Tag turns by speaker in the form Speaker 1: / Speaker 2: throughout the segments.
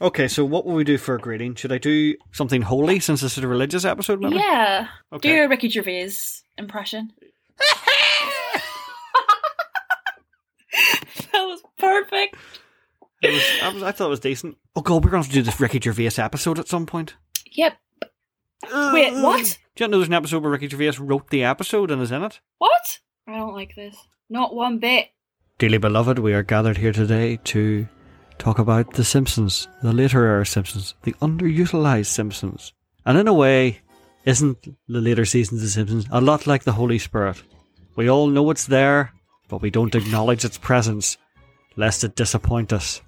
Speaker 1: Okay, so what will we do for a grading? Should I do something holy since this is a religious episode? Maybe?
Speaker 2: Yeah. Do
Speaker 1: Okay.
Speaker 2: your Ricky Gervais impression. that was perfect.
Speaker 1: It was, I, was- I thought it was decent. Oh god, we're going to have to do this Ricky Gervais episode at some point.
Speaker 2: Yep. Wait,
Speaker 1: Mm.
Speaker 2: what?
Speaker 1: Do you know there's an episode where Ricky Gervais wrote the episode and is in it?
Speaker 2: What? I don't like this. Not one bit.
Speaker 1: Dearly beloved, we are gathered here today to talk about The Simpsons, the later era Simpsons, the underutilized Simpsons. And in a way, isn't the later seasons of The Simpsons a lot like the Holy Spirit? We all know it's there, but we don't acknowledge its presence, lest it disappoint us.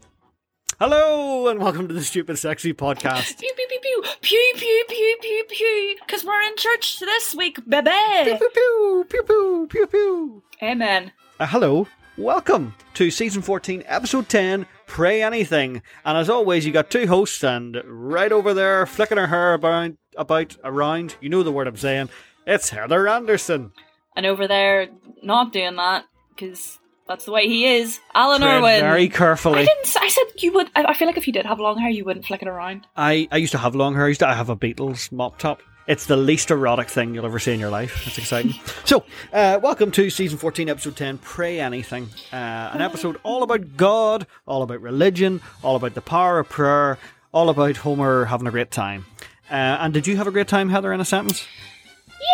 Speaker 1: Hello, and welcome to the Stupid Sexy Podcast.
Speaker 2: Pew pew pew pew pew pew pew pew pew. Because we're in church this week, baby.
Speaker 1: pew, pew, pew, pew, pew, pew.
Speaker 2: Amen.
Speaker 1: Uh, hello, welcome to season 14, episode 10, Pray Anything. And as always, you got two hosts, and right over there, flicking her hair about, about around, you know the word I'm saying, it's Heather Anderson.
Speaker 2: And over there, not doing that because that's the way he is. Alan
Speaker 1: Tread
Speaker 2: Irwin.
Speaker 1: Very
Speaker 2: I
Speaker 1: carefully.
Speaker 2: didn't. s- I said you would. I, I feel like if you did have long hair, you wouldn't flick it around.
Speaker 1: I, I used to have long hair. I used to have a Beatles mop top. It's the least erotic thing you'll ever see in your life. It's exciting. so, uh, welcome to season 14, episode 10, Pray Anything. Uh, an episode all about God, all about religion, all about the power of prayer, all about Homer having a great time. Uh, and did you have a great time, Heather, in a sentence?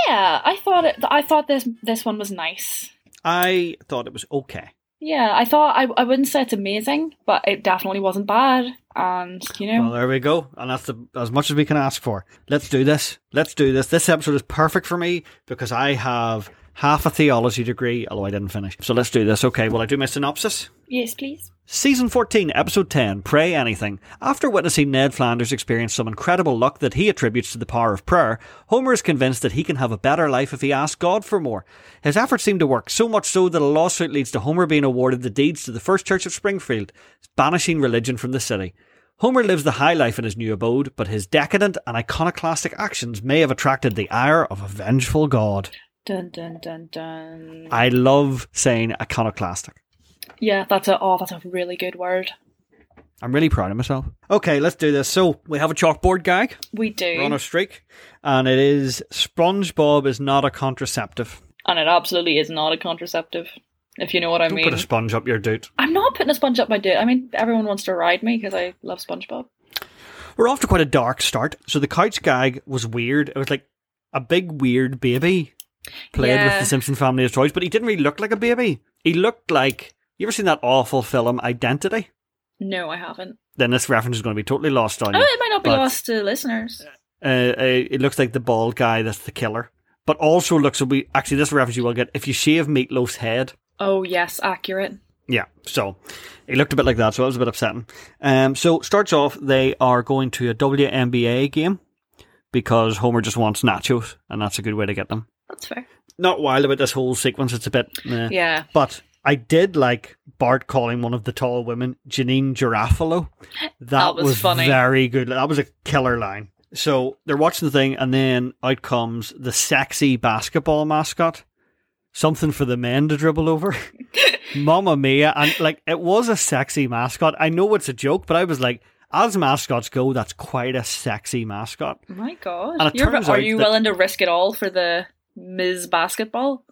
Speaker 2: Yeah, I thought it. I thought this this one was nice.
Speaker 1: I thought it was okay.
Speaker 2: Yeah, I thought I, I wouldn't say it's amazing, but it definitely wasn't bad. And you know,
Speaker 1: Well, there we go, and that's the, as much as we can ask for. Let's do this. Let's do this. This episode is perfect for me because I have half a theology degree, although I didn't finish. So let's do this. Okay, will I do my synopsis?
Speaker 2: yes, please.
Speaker 1: Season 14, Episode 10, Pray Anything. After witnessing Ned Flanders experience some incredible luck that he attributes to the power of prayer, Homer is convinced that he can have a better life if he asks God for more. His efforts seem to work, so much so that a lawsuit leads to Homer being awarded the deeds to the First Church of Springfield, banishing religion from the city. Homer lives the high life in his new abode, but his decadent and iconoclastic actions may have attracted the ire of a vengeful God.
Speaker 2: Dun dun dun dun.
Speaker 1: I love saying iconoclastic.
Speaker 2: Yeah, that's a. Oh, that's a really good word.
Speaker 1: I'm really proud of myself. Okay, let's do this. So we have a chalkboard gag.
Speaker 2: We do,
Speaker 1: We're on a streak, and it is SpongeBob is not a contraceptive.
Speaker 2: and it absolutely is not a contraceptive. If you know what I
Speaker 1: Don't
Speaker 2: mean.
Speaker 1: put a sponge up your doot.
Speaker 2: I'm not putting a sponge up my dude. I mean, everyone wants to ride me because I love SpongeBob.
Speaker 1: We're off to quite a dark start. So the couch gag was weird. It was like a big weird baby played
Speaker 2: Yeah.
Speaker 1: with the Simpson family as toys, but he didn't really look like a baby. He looked like you ever seen that awful film Identity?
Speaker 2: No, I haven't.
Speaker 1: Then this reference is going to be totally lost on
Speaker 2: Oh,
Speaker 1: you.
Speaker 2: it might not be
Speaker 1: but-
Speaker 2: lost to listeners.
Speaker 1: uh, uh, it looks like the bald guy that's the killer, but also looks. We actually this reference you will get if you shave Meatloaf's head.
Speaker 2: Oh yes, accurate.
Speaker 1: Yeah, so he looked a bit like that, so it was a bit upsetting. Um, so starts off, they are going to a WNBA game because Homer just wants nachos, and that's a good way to get them.
Speaker 2: That's fair.
Speaker 1: Not wild about this whole sequence; it's a bit. eh.
Speaker 2: Yeah.
Speaker 1: But I did like Bart calling one of the tall women Janine Girafalo. That,
Speaker 2: was funny.
Speaker 1: very good. That was a killer line. So they're watching the thing, and then out comes the sexy basketball mascot. Something for the men to dribble over. Mamma mia. And like, it was a sexy mascot. I know it's a joke, but I was like, as mascots go, that's quite a sexy mascot.
Speaker 2: My God.
Speaker 1: And it
Speaker 2: You're,
Speaker 1: turns
Speaker 2: are
Speaker 1: out
Speaker 2: you
Speaker 1: that-
Speaker 2: willing to risk it all for the Ms. Basketball?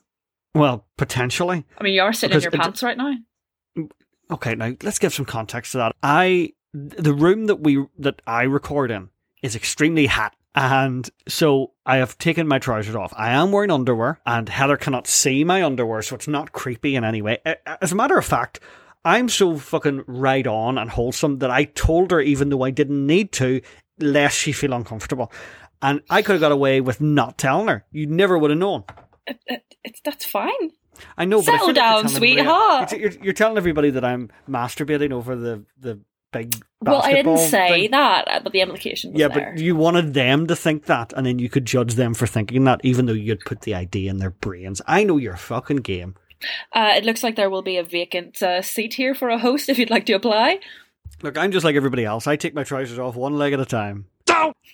Speaker 1: Well, potentially.
Speaker 2: I mean, you are sitting
Speaker 1: Because
Speaker 2: in your
Speaker 1: it-
Speaker 2: pants right now.
Speaker 1: Okay, now let's give some context to that. I the room that we that I record in is extremely hot. And so I have taken my trousers off. I am wearing underwear, and Heather cannot see my underwear, so it's not creepy in any way. A- a- As a matter of fact, I'm so fucking right on and wholesome that I told her, even though I didn't need to, lest she feel uncomfortable. And I could have got away with not telling her. You never would have known.
Speaker 2: It, it, it's that's fine.
Speaker 1: I know, but I feel like
Speaker 2: Settle
Speaker 1: you're
Speaker 2: down,
Speaker 1: telling everybody-
Speaker 2: sweetheart.
Speaker 1: You're, you're- you're telling everybody that I'm masturbating over the the big.
Speaker 2: Well, I didn't
Speaker 1: basketball
Speaker 2: say
Speaker 1: thing.
Speaker 2: that, uh, but the implication was
Speaker 1: Yeah,
Speaker 2: there.
Speaker 1: but you wanted them to think that, and then you could judge them for thinking that, even though you'd put the idea in their brains. I know your fucking game.
Speaker 2: Uh, it looks like there will be a vacant uh, seat here for a host if you'd like to apply.
Speaker 1: Look, I'm just like everybody else. I take my trousers off one leg at a time.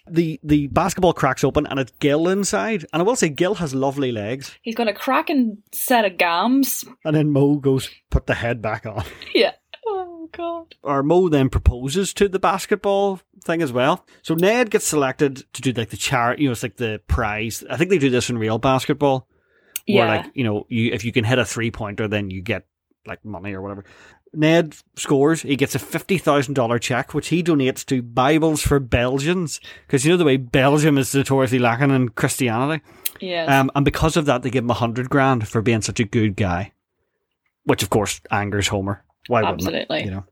Speaker 1: The the basketball cracks open, and it's Gil inside. And I will say, Gil has lovely legs.
Speaker 2: He's got a cracking set of gams.
Speaker 1: And then Mo goes, "Put the head back on."
Speaker 2: Yeah. Oh, God.
Speaker 1: Our Mo then proposes to the basketball thing as well. So Ned gets selected to do like the charity, you know, it's like the prize. I think they do this in real basketball.
Speaker 2: Yeah.
Speaker 1: Where like, you know, you if you can hit a three pointer then you get like money or whatever. Ned scores, he gets a fifty thousand dollar check, which he donates to Bibles for Belgians. Because you know the way Belgium is notoriously lacking in Christianity.
Speaker 2: yes.
Speaker 1: Um, and because of that, they give him a hundred grand for being such a good guy, which of course angers Homer. Why wouldn't it?
Speaker 2: Absolutely.
Speaker 1: You know.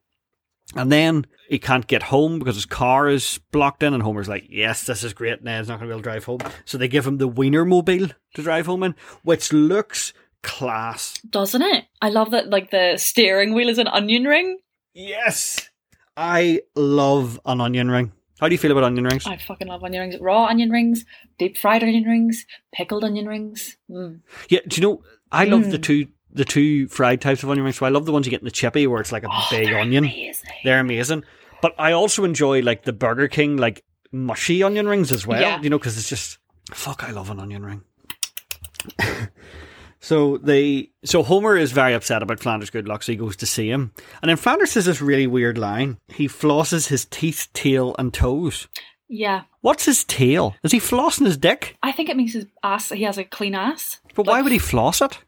Speaker 1: And then he can't get home because his car is blocked in, and Homer's like, "Yes, this is great. Ned's not going to be able to drive home." So they give him the Wiener Mobile to drive home in, which looks class.
Speaker 2: Doesn't it? I love that like the steering wheel is an onion ring.
Speaker 1: Yes, I love an onion ring. How do you feel about onion rings?
Speaker 2: I fucking love onion rings. Raw onion rings, deep fried onion rings, pickled onion rings. Mm.
Speaker 1: Yeah, do you know? I love the
Speaker 2: Mm.
Speaker 1: two the two fried types of onion rings. So I love the ones you get in the chippy, where it's like a
Speaker 2: Oh,
Speaker 1: big
Speaker 2: they're
Speaker 1: onion.
Speaker 2: amazing.
Speaker 1: They're amazing. But I also enjoy like the Burger King like mushy onion rings as well.
Speaker 2: Yeah.
Speaker 1: You know, because it's just fuck. I love an onion ring. so they so Homer is very upset about Flanders' good luck, so he goes to see him, and then Flanders says this really weird line. He flosses his teeth, tail, and toes.
Speaker 2: Yeah.
Speaker 1: What's his tail? Is he flossing his dick?
Speaker 2: I think it makes his ass he has a clean ass.
Speaker 1: But why would he floss it?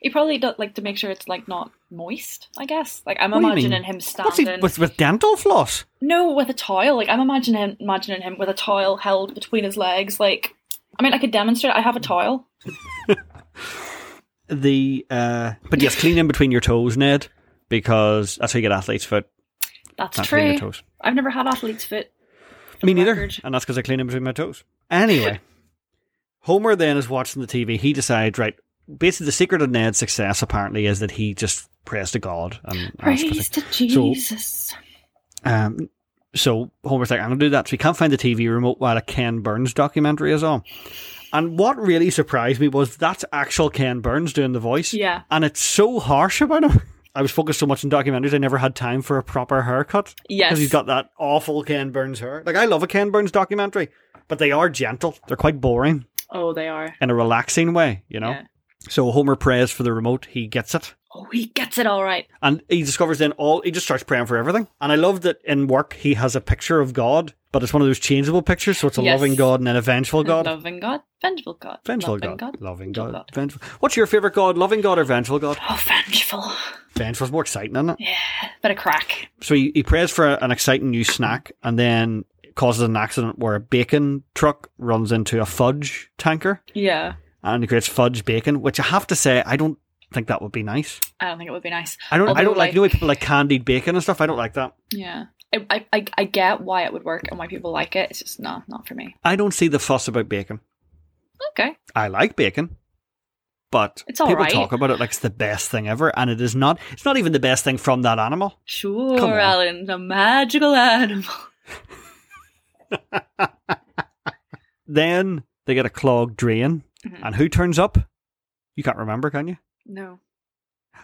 Speaker 2: He probably does like to make sure it's like not moist, I guess. Like I'm
Speaker 1: What do you mean?
Speaker 2: imagining him
Speaker 1: What's he
Speaker 2: standing
Speaker 1: with, with dental floss?
Speaker 2: No, with a towel. Like I'm imagining him imagining him with a towel held between his legs, like I mean I could demonstrate I have a towel.
Speaker 1: The uh but yes, clean in between your toes, Ned, because that's how you get athlete's foot.
Speaker 2: That's
Speaker 1: Not between
Speaker 2: true.
Speaker 1: your toes.
Speaker 2: I've never had athlete's foot.
Speaker 1: Oh, Me neither.
Speaker 2: record.
Speaker 1: And that's because I clean in between my toes. Anyway, Homer then is watching the TV. He decides, right, basically the secret of Ned's success apparently is that he just prays to God and asks for
Speaker 2: Praise to
Speaker 1: So-
Speaker 2: Jesus.
Speaker 1: um, so Homer's like, I'm going to do that. So he can't find the TV remote while a Ken Burns documentary is on. And what really surprised me was that's actual Ken Burns doing the voice.
Speaker 2: Yeah.
Speaker 1: And it's so harsh about him. I was focused so much on documentaries, I never had time for a proper haircut.
Speaker 2: Yes.
Speaker 1: Because he's got that awful Ken Burns hair. Like, I love a Ken Burns documentary, but they are gentle. They're quite boring
Speaker 2: Oh, they are.
Speaker 1: in a relaxing way, you know?
Speaker 2: Yeah.
Speaker 1: So Homer prays for the remote. He gets it.
Speaker 2: Oh, he gets it all right.
Speaker 1: And he discovers then all, he just starts praying for everything. And I love that in work, he has a picture of God, but it's one of those changeable pictures. So it's a
Speaker 2: Yes.
Speaker 1: loving God and an eventual God.
Speaker 2: Loving God, vengeful God,
Speaker 1: Vengeful
Speaker 2: loving
Speaker 1: God. Loving God.
Speaker 2: God.
Speaker 1: Vengeful. What's your favourite God? Loving God or vengeful God?
Speaker 2: Oh, vengeful.
Speaker 1: Vengeful's more exciting, isn't it?
Speaker 2: Yeah, bit of crack.
Speaker 1: so he, he prays for an exciting new snack and then causes an accident where a bacon truck runs into a fudge tanker
Speaker 2: Yeah,
Speaker 1: and it creates fudge bacon, which I have to say I don't think that would be nice.
Speaker 2: I don't think it would be nice.
Speaker 1: I don't I
Speaker 2: Although,
Speaker 1: don't like,
Speaker 2: like-
Speaker 1: you know way people like candied bacon and stuff. I don't like that.
Speaker 2: Yeah, I, I- I, I get why it would work and why people like it. It's just no, not for me.
Speaker 1: I don't see the fuss about bacon.
Speaker 2: Okay,
Speaker 1: I like bacon. But
Speaker 2: It's all
Speaker 1: people
Speaker 2: right.
Speaker 1: talk about it like it's the best thing ever, and it is not. It's not even the best thing from that animal.
Speaker 2: sure,
Speaker 1: Come on.
Speaker 2: Alan, a magical animal.
Speaker 1: Then they get a clogged drain,
Speaker 2: Mhm.
Speaker 1: and who turns up? You can't remember, can you?
Speaker 2: No.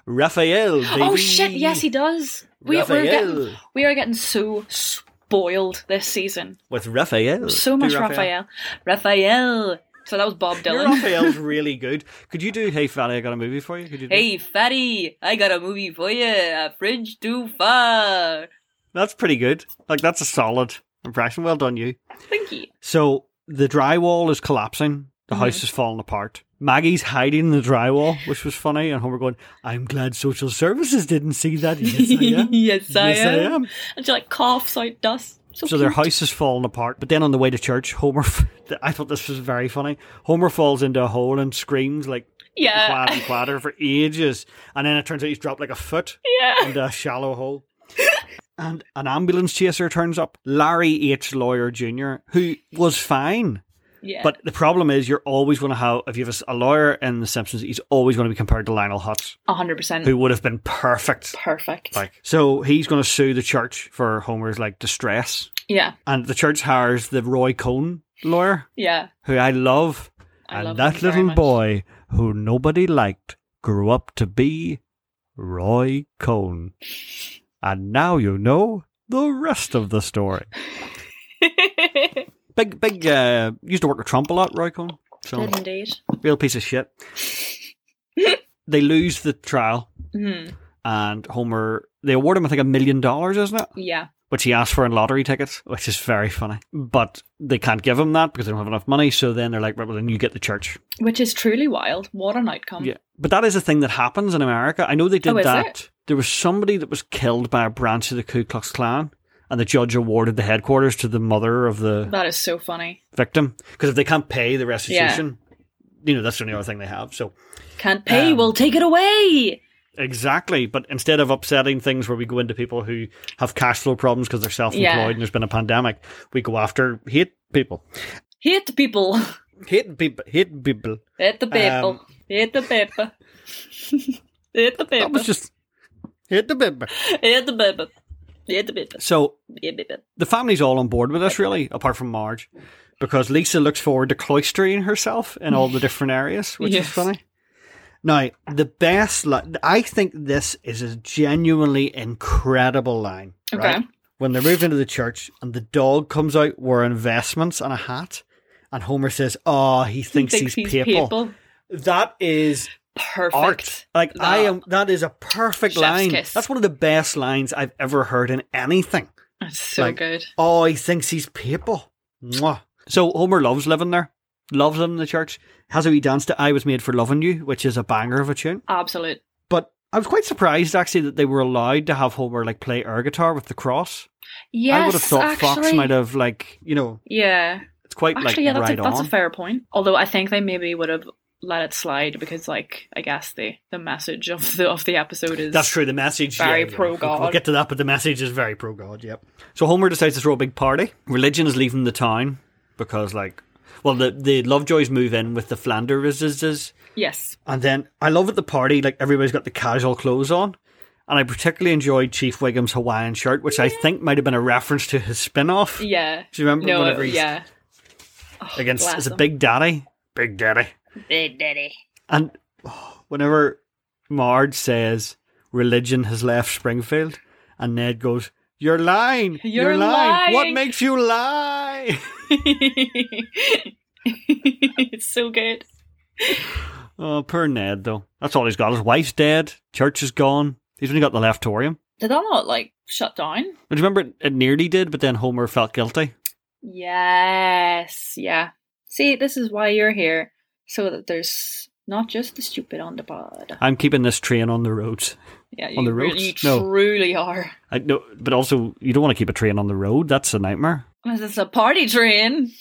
Speaker 1: Raphael.
Speaker 2: Oh
Speaker 1: baby.
Speaker 2: shit! Yes, he does. We, we're getting we are getting so spoiled this season.
Speaker 1: with Uh, Raphael.
Speaker 2: So much Raphael. Raphael. So that was Bob
Speaker 1: Your
Speaker 2: Dylan.
Speaker 1: Raphael's really good. Could you do Hey Fatty, I got a movie for you? Could you do
Speaker 2: Hey, fatty, I got a movie for you. A fridge too far.
Speaker 1: That's pretty good. Like that's a solid impression. Well done you.
Speaker 2: Thank you.
Speaker 1: So the drywall is collapsing. The
Speaker 2: Mm-hmm.
Speaker 1: house is falling apart. Maggie's hiding in the drywall, which was funny, and Homer going, I'm glad social services didn't see that. Yes, I am.
Speaker 2: yes, I
Speaker 1: yes,
Speaker 2: am.
Speaker 1: I am.
Speaker 2: And she like coughs out dust. So,
Speaker 1: So their
Speaker 2: cute.
Speaker 1: house is falling apart. But then on the way to church, Homer, I thought this was very funny. Homer falls into a hole and screams like
Speaker 2: Yeah.
Speaker 1: quad and quadder for ages. And then it turns out he's dropped like a foot
Speaker 2: yeah.
Speaker 1: into a shallow hole. And an ambulance chaser turns up, Larry H. Lawyer Jr., who was fine.
Speaker 2: Yeah.
Speaker 1: But the problem is, you're always going to have, if you have a lawyer in The Simpsons, he's always going to be compared to Lionel Hutz,
Speaker 2: 100%
Speaker 1: who would have been perfect.
Speaker 2: perfect.
Speaker 1: Like, so he's going to sue the church for Homer's like distress.
Speaker 2: Yeah.
Speaker 1: And the church hires the Roy Cohn lawyer,
Speaker 2: Yeah.
Speaker 1: who I love
Speaker 2: I
Speaker 1: and
Speaker 2: love
Speaker 1: that
Speaker 2: them very
Speaker 1: little
Speaker 2: much.
Speaker 1: boy who nobody liked grew up to be Roy Cohn. And now you know the rest of the story. Big, big, uh, used to work with Trump a lot, Roy Cohn. So,
Speaker 2: Did indeed.
Speaker 1: real piece of shit. they lose the trial.
Speaker 2: Mm.
Speaker 1: and Homer. They award him, I think, a million dollars, isn't it?
Speaker 2: Yeah.
Speaker 1: Which he asked for in lottery tickets, which is very funny. But they can't give him that because they don't have enough money. So then they're like, right, well, then you get the church.
Speaker 2: Which is truly wild. What an outcome.
Speaker 1: Yeah, but that is a thing that happens in America. I know they did
Speaker 2: Oh, is
Speaker 1: that.
Speaker 2: it?
Speaker 1: There was somebody that was killed by a branch of the Ku Klux Klan, and the judge awarded the headquarters to the mother of the
Speaker 2: That is so funny.
Speaker 1: victim because if they can't pay the restitution, you know that's the only other thing they have. So
Speaker 2: Can't pay,
Speaker 1: Um,
Speaker 2: we'll take it away.
Speaker 1: exactly, but instead of upsetting things where we go into people who have cash flow problems because they're self-employed
Speaker 2: Yeah.
Speaker 1: and there's been a pandemic, we go after hate people,
Speaker 2: Hit people.
Speaker 1: hate people, hate people.
Speaker 2: Hit the people.
Speaker 1: Um,
Speaker 2: Hit the paper. Hit the
Speaker 1: That
Speaker 2: paper.
Speaker 1: was just hate the people.
Speaker 2: Hit the paper. Hit the paper.
Speaker 1: So
Speaker 2: Hit the paper.
Speaker 1: the family's all on board with this, really, apart from Marge, because Lisa looks forward to cloistering herself in all the different areas, which
Speaker 2: Yes.
Speaker 1: is funny. Now, the best line, I think this is a genuinely incredible line.
Speaker 2: Okay.
Speaker 1: Right? When they move into the church and the dog comes out wearing investments and a hat, and Homer says, Oh, he thinks,
Speaker 2: Thinks
Speaker 1: he's,
Speaker 2: he's
Speaker 1: papal. That is
Speaker 2: Perfect.
Speaker 1: art. Like, I
Speaker 2: That-
Speaker 1: am, that is a perfect
Speaker 2: Chef's
Speaker 1: line.
Speaker 2: kiss.
Speaker 1: That's one of the best lines I've ever heard in anything.
Speaker 2: That's so
Speaker 1: Like-
Speaker 2: good.
Speaker 1: Oh, he thinks he's papal. Mwah. So Homer loves living there, loves living in the church. Has a wee dance to "I Was Made for Loving You," which is a banger of a tune.
Speaker 2: Absolute.
Speaker 1: But I was quite surprised actually that they were allowed to have Homer like play air guitar with the cross.
Speaker 2: Yes.
Speaker 1: I would have thought
Speaker 2: actually,
Speaker 1: Fox might have like you know
Speaker 2: Yeah.
Speaker 1: it's quite
Speaker 2: Actually,
Speaker 1: like
Speaker 2: yeah, that's,
Speaker 1: right
Speaker 2: a, that's
Speaker 1: on.
Speaker 2: a fair point. Although I think they maybe would have let it slide because, like, I guess the the message of the of the episode is
Speaker 1: That's true. The message
Speaker 2: Very
Speaker 1: yeah, yeah.
Speaker 2: pro-God.
Speaker 1: We'll get to that, but the message is very pro God. Yep. So Homer decides to throw a big party. Religion is leaving the town because like, well, the the Lovejoys move in with the Flanderses.
Speaker 2: Yes.
Speaker 1: And then I love at the party, like everybody's got the casual clothes on. And I particularly enjoyed Chief Wiggum's Hawaiian shirt, which I think might have been a reference to his spin off. Do
Speaker 2: Yeah.
Speaker 1: you remember?
Speaker 2: No.
Speaker 1: whenever he's
Speaker 2: yeah.
Speaker 1: against
Speaker 2: bless
Speaker 1: is it
Speaker 2: him.
Speaker 1: Big Daddy? Big Daddy.
Speaker 2: Big daddy.
Speaker 1: And oh, whenever Marge says religion has left Springfield, and Ned goes, You're lying.
Speaker 2: You're lying."
Speaker 1: What makes you lie?
Speaker 2: it's so good.
Speaker 1: oh, poor Ned though. That's all he's got. His wife's dead, church is gone. He's only got the leftorium.
Speaker 2: Did that not like shut down?
Speaker 1: Do you remember it, it nearly did, but then Homer felt guilty?
Speaker 2: Yes. Yeah. See, this is why you're here, so that there's not just the stupid on the pod.
Speaker 1: I'm keeping this train on the roads.
Speaker 2: Yeah, you
Speaker 1: On the
Speaker 2: really, you
Speaker 1: roads? No.
Speaker 2: truly are.
Speaker 1: I no, but also you don't want to keep a train on the road. That's a nightmare.
Speaker 2: Is this a party train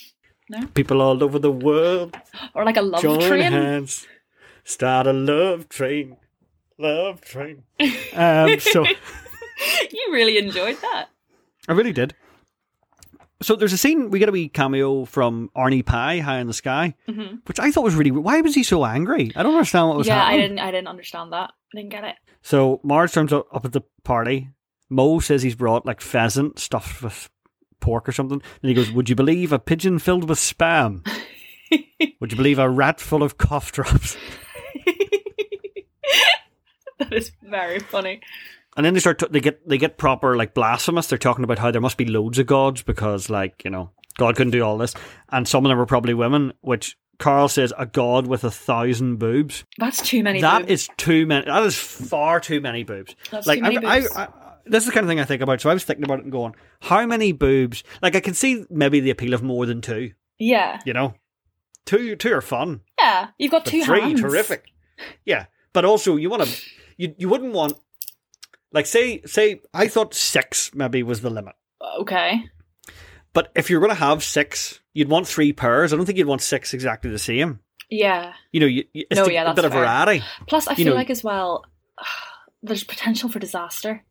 Speaker 1: People all over the world
Speaker 2: or like a love
Speaker 1: join
Speaker 2: train?
Speaker 1: hands, start a love train, love train. um, so
Speaker 2: you really enjoyed that.
Speaker 1: I really did. So there's a scene we get a wee cameo from Arnie Pie high in the sky,
Speaker 2: hmm
Speaker 1: which I thought was really. Why was he so angry? I don't understand what was
Speaker 2: Yeah, I
Speaker 1: happening.
Speaker 2: didn't. I didn't understand that. I didn't get it.
Speaker 1: So Marge turns up up at the party. Mo says he's brought like pheasant stuffed with pork or something. And he goes, Would you believe a pigeon filled with spam? Would you believe a rat full of cough drops?
Speaker 2: that is very funny.
Speaker 1: And then they start to, they get they get proper like blasphemous. They're talking about how there must be loads of gods because like, you know, God couldn't do all this. And some of them were probably women, which Carl says a god with a thousand boobs.
Speaker 2: That's too many.
Speaker 1: That
Speaker 2: boobs.
Speaker 1: is too many. That is far too many boobs.
Speaker 2: That's
Speaker 1: like
Speaker 2: too many
Speaker 1: I,
Speaker 2: boobs.
Speaker 1: I, I, this is the kind of thing I think about. So I was thinking about it and going, how many boobs? Like I can see maybe the appeal of more than two.
Speaker 2: yeah,
Speaker 1: You know, two two are fun,
Speaker 2: yeah. You've got
Speaker 1: but
Speaker 2: two
Speaker 1: three
Speaker 2: hands.
Speaker 1: terrific. Yeah, but also you want to, you you wouldn't want, like say say I thought six maybe was the limit.
Speaker 2: Okay.
Speaker 1: But if you're going to have six, you'd want three pairs. I don't think you'd want six exactly the same.
Speaker 2: Yeah.
Speaker 1: You know, you, you- it's
Speaker 2: No,
Speaker 1: to-
Speaker 2: yeah,
Speaker 1: a
Speaker 2: that's
Speaker 1: bit of
Speaker 2: fair.
Speaker 1: variety.
Speaker 2: Plus, I
Speaker 1: You
Speaker 2: feel
Speaker 1: know-
Speaker 2: like as well, there's potential for disaster.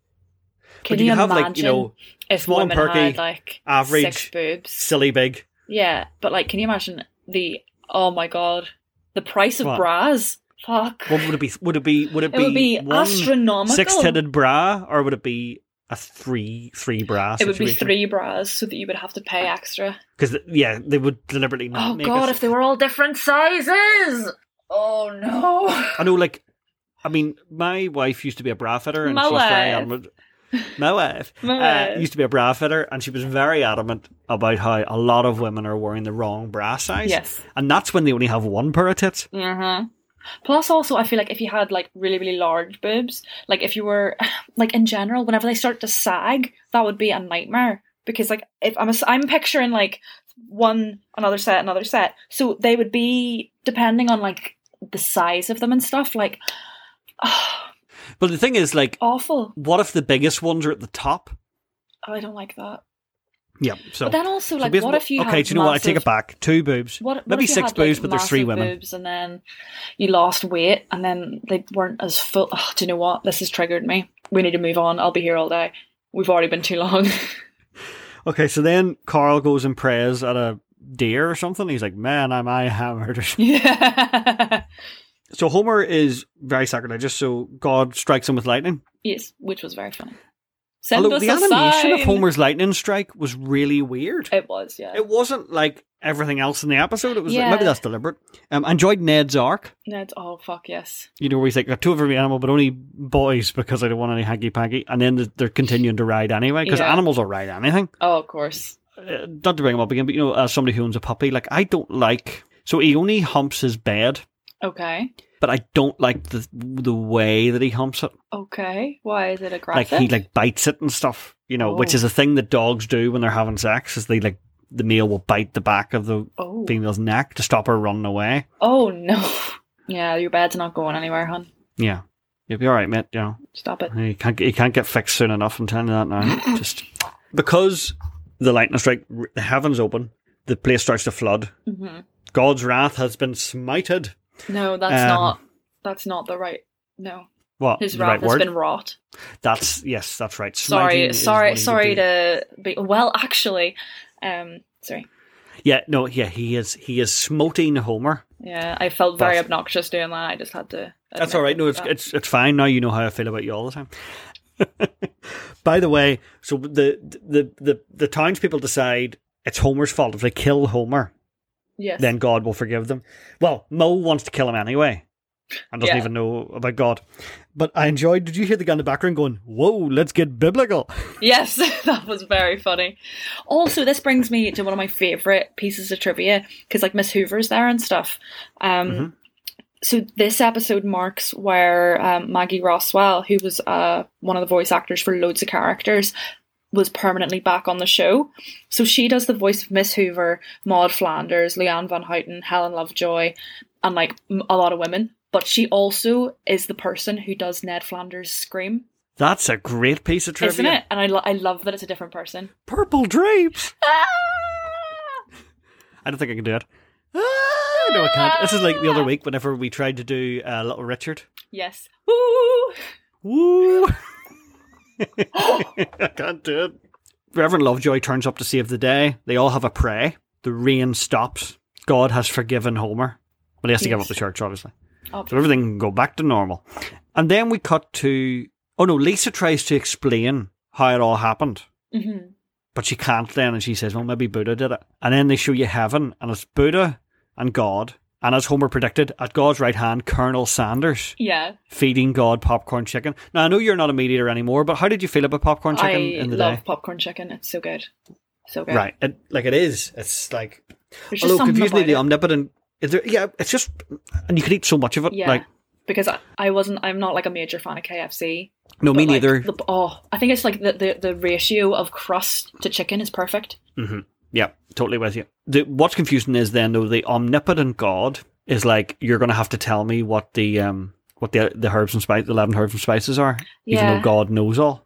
Speaker 2: Can
Speaker 1: but you, have
Speaker 2: imagine
Speaker 1: like you know,
Speaker 2: if
Speaker 1: small and
Speaker 2: women
Speaker 1: perky,
Speaker 2: had like six
Speaker 1: average,
Speaker 2: boobs?
Speaker 1: silly big.
Speaker 2: Yeah, but like, can you imagine the? Oh my god, the price of
Speaker 1: What?
Speaker 2: bras. Fuck.
Speaker 1: What would it be? Would it be? Would it,
Speaker 2: it would be
Speaker 1: one
Speaker 2: astronomical.
Speaker 1: six-headed bra, or would it be a three three bra?
Speaker 2: oh. It would be three bras, so that you would have to pay extra.
Speaker 1: because yeah, they would deliberately not.
Speaker 2: Oh
Speaker 1: make
Speaker 2: god,
Speaker 1: us-
Speaker 2: if they were all different sizes. Oh no.
Speaker 1: I know, like, I mean, my wife used to be a bra fitter, and
Speaker 2: My
Speaker 1: she's very
Speaker 2: wife.
Speaker 1: adamant. My wife
Speaker 2: My
Speaker 1: uh,
Speaker 2: wife.
Speaker 1: used to be a bra fitter, and she was very adamant about how a lot of women are wearing the wrong bra size.
Speaker 2: Yes.
Speaker 1: and that's when they only have one pair of tits.
Speaker 2: Mm-hmm. Plus, also, I feel like if you had like really, really large boobs, like if you were, like in general, whenever they start to sag, that would be a nightmare because like if I'm, a, I'm picturing like one another set, another set, so they would be depending on like the size of them and stuff. Like,
Speaker 1: But the thing is, like,
Speaker 2: awful.
Speaker 1: what if the biggest ones are at the top?
Speaker 2: Oh, I don't like that.
Speaker 1: Yeah. So,
Speaker 2: but then also,
Speaker 1: so
Speaker 2: like,
Speaker 1: basically-
Speaker 2: what if you
Speaker 1: okay?
Speaker 2: had
Speaker 1: do you know what? I
Speaker 2: massive-
Speaker 1: take it back. Two boobs.
Speaker 2: What, what
Speaker 1: Maybe
Speaker 2: if you
Speaker 1: six
Speaker 2: had, like,
Speaker 1: boobs, but there's three
Speaker 2: massive
Speaker 1: women.
Speaker 2: Boobs, and then you lost weight, and then they weren't as full. Oh, do you know what? This has triggered me. We need to move on. I'll be here all day. We've already been too long.
Speaker 1: Okay, so then Carl goes and prays at a deer or something. He's like, "Man, am I hammered?" Or something.
Speaker 2: yeah.
Speaker 1: So Homer is very sacrilegious. So God strikes him with lightning.
Speaker 2: Yes, which was very funny. Send
Speaker 1: Although
Speaker 2: us
Speaker 1: the
Speaker 2: a
Speaker 1: animation of
Speaker 2: sign.
Speaker 1: Homer's lightning strike was really weird.
Speaker 2: It was, yeah.
Speaker 1: It wasn't like everything else in the episode. It was like,
Speaker 2: Yeah.
Speaker 1: maybe that's deliberate. Um, I enjoyed Ned's arc.
Speaker 2: Ned, oh fuck yes.
Speaker 1: You know, where he's like, "Got two of every animal, but only boys because I don't want any hanky panky." And then th- they're continuing to ride anyway because
Speaker 2: Yeah.
Speaker 1: animals will ride anything.
Speaker 2: Oh, of course.
Speaker 1: uh, not to bring him up again, but you know, as somebody who owns a puppy, like I don't like. So he only humps his bed,
Speaker 2: Okay,
Speaker 1: but I don't like the the way that he humps it.
Speaker 2: okay. Why is it
Speaker 1: Like
Speaker 2: aggressive?
Speaker 1: he like bites it and stuff, you know, which
Speaker 2: Oh.
Speaker 1: is a thing that dogs do when they're having sex. Is they like the male will bite the back of the
Speaker 2: oh,
Speaker 1: female's neck to stop her running away.
Speaker 2: oh no. Yeah, your bed's not going anywhere, hon.
Speaker 1: Yeah, you'll be all right, mate. You know,
Speaker 2: Stop it.
Speaker 1: he can't he can't get fixed soon enough. I'm telling you that now. Just because the lightning strike, the heavens open, the place starts to flood.
Speaker 2: hmm
Speaker 1: God's wrath has been smited.
Speaker 2: No, that's
Speaker 1: Um,
Speaker 2: not. That's not the right. No,
Speaker 1: What
Speaker 2: his
Speaker 1: the
Speaker 2: wrath
Speaker 1: right
Speaker 2: has
Speaker 1: word?
Speaker 2: been wrought.
Speaker 1: That's yes, that's right.
Speaker 2: Sorry,
Speaker 1: Smiting is what
Speaker 2: sorry,
Speaker 1: he
Speaker 2: sorry
Speaker 1: would do.
Speaker 2: to be. Well, actually, um, sorry.
Speaker 1: Yeah, no, yeah, he is he is smoting Homer.
Speaker 2: Yeah, I felt very
Speaker 1: That's-
Speaker 2: obnoxious doing that. I just had to.
Speaker 1: That's
Speaker 2: admit
Speaker 1: all right. No, it's
Speaker 2: that.
Speaker 1: it's it's fine now. You know how I feel about you all the time. By the way, so the the the the townspeople decide it's Homer's fault if they kill Homer,
Speaker 2: yes.
Speaker 1: then God will forgive them. Well, Mo wants to kill him anyway, and doesn't
Speaker 2: Yeah.
Speaker 1: even know about God. But I enjoyed. Did you hear the guy in the background going, "Whoa, let's get biblical"?
Speaker 2: Yes, that was very funny. Also, this brings me to one of my favorite pieces of trivia because, like, Miss Hoover's there and stuff. Um,
Speaker 1: Mhm.
Speaker 2: So this episode marks where um, Maggie Roswell, who was uh, one of the voice actors for loads of characters, was permanently back on the show. So she does the voice of Miss Hoover, Maud Flanders, Leanne Van Houten, Helen Lovejoy, and like m- a lot of women. But she also is the person who does Ned Flanders' scream,
Speaker 1: That's a great piece of trivia.
Speaker 2: isn't it? And I, lo- I love that it's a different person.
Speaker 1: Purple drapes. I don't think I can do it. Ah, no, I can't. This is like the other week whenever we tried to do uh, Little Richard.
Speaker 2: Yes. Woo!
Speaker 1: Woo! I can't do it. Reverend Lovejoy turns up to save the day. They all have a pray. The rain stops. God has forgiven Homer. But he has to give
Speaker 2: Yes.
Speaker 1: up the church, obviously. So
Speaker 2: Obviously.
Speaker 1: everything can go back to normal. And then we cut to. Oh no, Lisa tries to explain how it all happened.
Speaker 2: Mhm.
Speaker 1: but she can't then and she says well maybe buddha did it and then they show you heaven and it's buddha and god and as homer predicted at god's right hand colonel sanders
Speaker 2: Yeah.
Speaker 1: feeding god popcorn chicken now i know you're not a meat eater anymore but how did you feel about popcorn chicken
Speaker 2: I
Speaker 1: in the
Speaker 2: love
Speaker 1: day
Speaker 2: popcorn chicken. It's so good. So good.
Speaker 1: right it, like it is it's like oh,
Speaker 2: There's just
Speaker 1: although
Speaker 2: something
Speaker 1: confusingly
Speaker 2: about
Speaker 1: the
Speaker 2: it.
Speaker 1: omnipotent is there, yeah it's just and you could eat so much of it
Speaker 2: Yeah.
Speaker 1: like
Speaker 2: because I, I wasn't, I'm not like a major fan of KFC.
Speaker 1: no me
Speaker 2: but, like,
Speaker 1: neither
Speaker 2: the- oh, I think it's like the, the, the ratio of crust to chicken is perfect.
Speaker 1: hmm yeah totally with you the, what's confusing is then though the omnipotent god is like you're going to have to tell me what the um what the the herbs and spice the 11 herbs and spices are even
Speaker 2: Yeah.
Speaker 1: though God knows all.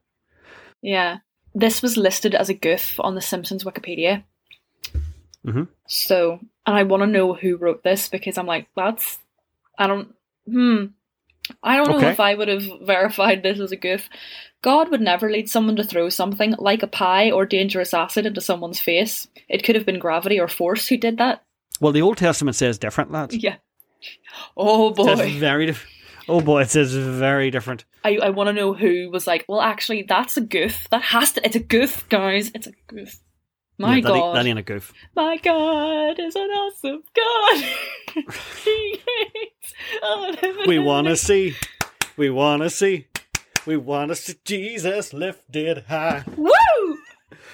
Speaker 2: Yeah. This was listed as a goof on The Simpsons Wikipedia.
Speaker 1: Mhm.
Speaker 2: So, and I want to know who wrote this because I'm like, that's. I don't. Hmm. I don't know
Speaker 1: Okay.
Speaker 2: if I would have verified this as a goof. God would never lead someone to throw something like a pie or dangerous acid into someone's face. It could have been gravity or force who did that.
Speaker 1: Well, the Old Testament says different, lads.
Speaker 2: Yeah. Oh
Speaker 1: It says
Speaker 2: boy.
Speaker 1: very diff- Oh boy, it says very different.
Speaker 2: I, I want to know who was like, well, actually, that's a goof. That has to. It's a goof, guys. It's a goof. My
Speaker 1: Yeah, that, ain't-
Speaker 2: God.
Speaker 1: that ain't a goof.
Speaker 2: My God is an awesome God. He hates all of
Speaker 1: We
Speaker 2: it.
Speaker 1: want to see, we want to see, we want to see Jesus lifted high.
Speaker 2: Woo!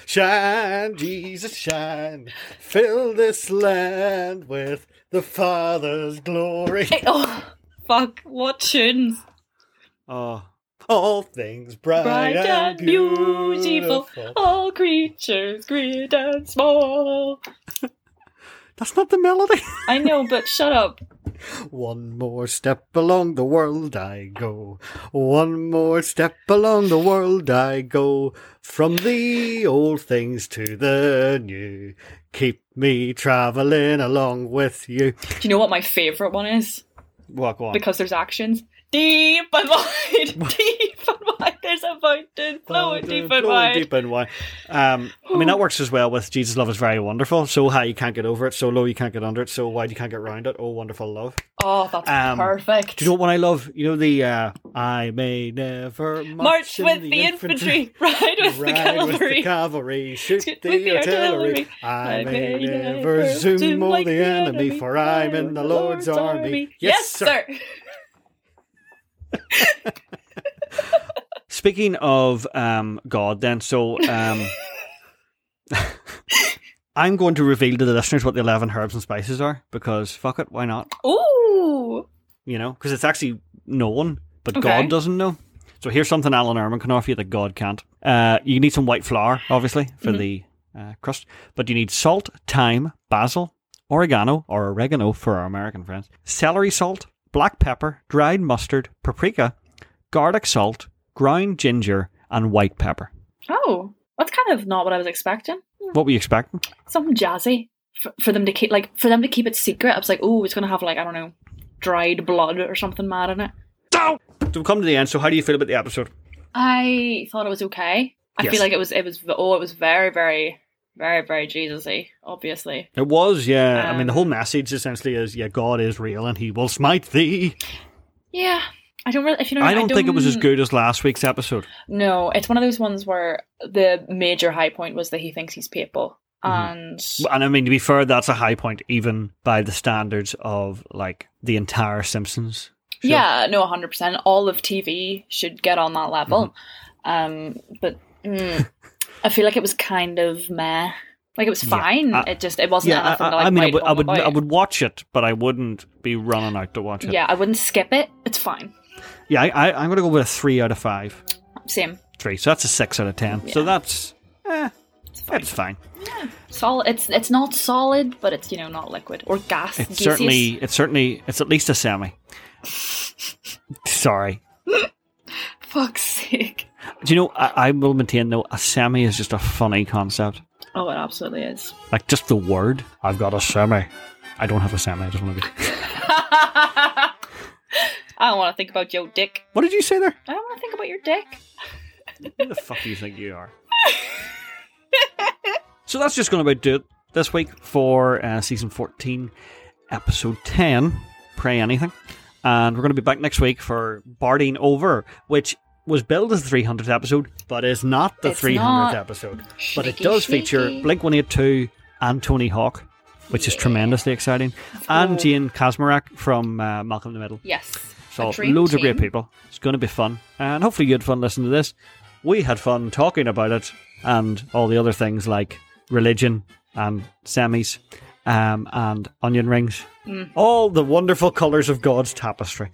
Speaker 1: Shine, Jesus, shine. Fill this land with the Father's glory.
Speaker 2: Hey, oh, fuck, what tunes?
Speaker 1: Oh. All things bright,
Speaker 2: Bright
Speaker 1: and
Speaker 2: and beautiful.
Speaker 1: beautiful.
Speaker 2: All creatures, great and small.
Speaker 1: That's not the melody.
Speaker 2: I know, but shut up.
Speaker 1: One more step along the world I go. One more step along the world I go. From the old things to the new. Keep me travelling along with you.
Speaker 2: Do you know what my favourite one is?
Speaker 1: Walk on.
Speaker 2: Because there's actions. Deep and wide, deep and wide. There's a fountain flowing deep and
Speaker 1: Blowing
Speaker 2: wide.
Speaker 1: deep and wide. Um, I mean, that works as well with Jesus Love is Very Wonderful. So high you can't get over it, so low you can't get under it, so wide you can't get round it. Oh, wonderful love.
Speaker 2: Oh, that's
Speaker 1: Um,
Speaker 2: perfect.
Speaker 1: Do you know what I love? You know the uh, I may never march,
Speaker 2: March
Speaker 1: in
Speaker 2: with the, infantry, ride with
Speaker 1: Ride
Speaker 2: the
Speaker 1: with the
Speaker 2: cavalry.
Speaker 1: cavalry, shoot
Speaker 2: Shoot
Speaker 1: the,
Speaker 2: with the
Speaker 1: artillery.
Speaker 2: artillery.
Speaker 1: I, may, never zoom on
Speaker 2: like
Speaker 1: the enemy, for I'm in the Lord's army.
Speaker 2: Yes, sir.
Speaker 1: Speaking of um, God, then, so um, I'm going to reveal to the listeners what the 11 herbs and spices are because fuck it, why not?
Speaker 2: Ooh.
Speaker 1: You know, because it's actually known, but
Speaker 2: Okay.
Speaker 1: God doesn't know. So here's something Alan Ehrman can offer you that God can't. Uh, you need some white flour, obviously,
Speaker 2: Mm-hmm.
Speaker 1: for the uh, crust, but you need salt, thyme, basil, oregano, or oregano for our American friends, celery salt, black pepper, dried mustard, paprika, garlic salt, ground ginger, and white pepper.
Speaker 2: Oh, that's kind of not what I was expecting.
Speaker 1: What were you expecting?
Speaker 2: Something jazzy for, for them to keep, like, for them to keep it secret. I was like, oh, it's gonna have like I don't know, dried blood or something mad in it.
Speaker 1: So we come to the end. So how do you feel about the episode?
Speaker 2: I thought it was okay. I
Speaker 1: Yes.
Speaker 2: feel like it was, it was, oh, it was very, very, very, very Jesusy, obviously.
Speaker 1: It was, yeah. I mean, the
Speaker 2: Um,
Speaker 1: whole message essentially is, yeah, God is real and He will smite thee.
Speaker 2: Yeah, I don't really. If you know,
Speaker 1: I don't think it was as good as last week's episode.
Speaker 2: No, it's one of those ones where the major high point was that he thinks he's papal,
Speaker 1: Mhm.
Speaker 2: and
Speaker 1: And I mean, to be fair, that's a high point even by the standards of like the entire Simpsons. show.
Speaker 2: yeah, no, hundred percent. All of TV should get on that level,
Speaker 1: Mm-hmm.
Speaker 2: um, but mm, I feel like it was kind of meh. Like it was
Speaker 1: Yeah,
Speaker 2: fine.
Speaker 1: I-
Speaker 2: it just it wasn't
Speaker 1: Yeah,
Speaker 2: anything
Speaker 1: I,
Speaker 2: to like.
Speaker 1: I mean, I
Speaker 2: write
Speaker 1: would, I
Speaker 2: home
Speaker 1: would,
Speaker 2: about.
Speaker 1: I would watch it, but I wouldn't be running out to watch it.
Speaker 2: Yeah, I wouldn't skip it. It's fine.
Speaker 1: yeah. I, I, I'm gonna go with a three out of five,
Speaker 2: Same.
Speaker 1: three. So that's a six out of ten. So
Speaker 2: Yeah.
Speaker 1: that's, eh, it's fine.
Speaker 2: Solid. It's it's not solid, but it's you know not liquid or gas.
Speaker 1: It's
Speaker 2: gaseous.
Speaker 1: certainly, it's certainly, it's at least a semi. Sorry.
Speaker 2: Fuck's sake.
Speaker 1: Do you know? I, I will maintain though. A semi is just a funny concept.
Speaker 2: Oh, it absolutely is.
Speaker 1: Like just the word. I've got a semi. I don't have a semi. I just want to be.
Speaker 2: I don't want to think about your dick.
Speaker 1: What did you say there?
Speaker 2: I don't want to think about your dick.
Speaker 1: Who the fuck do you think you are? so that's just going to about do it this week for uh, season 14, episode 10. Pray anything. And we're going to be back next week for Barding Over, which was billed as the 300th episode, but is not the
Speaker 2: It's
Speaker 1: 300th
Speaker 2: not.
Speaker 1: episode. But it
Speaker 2: Sneaky,
Speaker 1: does feature
Speaker 2: sneaky.
Speaker 1: Blink 182 and Tony Hawk, which is tremendously exciting, and
Speaker 2: cool.
Speaker 1: Jane Kazmarek from uh, Malcolm in the Middle.
Speaker 2: Yes.
Speaker 1: So
Speaker 2: A dream
Speaker 1: loads of great
Speaker 2: team.
Speaker 1: people. It's going to be fun, and hopefully you had fun listening to this. We had fun talking about it and all the other things like religion and semis, um, and onion rings,
Speaker 2: Mm.
Speaker 1: all the wonderful colours of God's tapestry.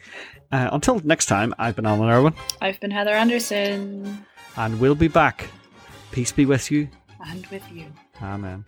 Speaker 1: Uh, until next time, I've been Alan Irwin,
Speaker 2: I've been Heather Anderson,
Speaker 1: and we'll be back. Peace be with you.
Speaker 2: and with you.
Speaker 1: Amen.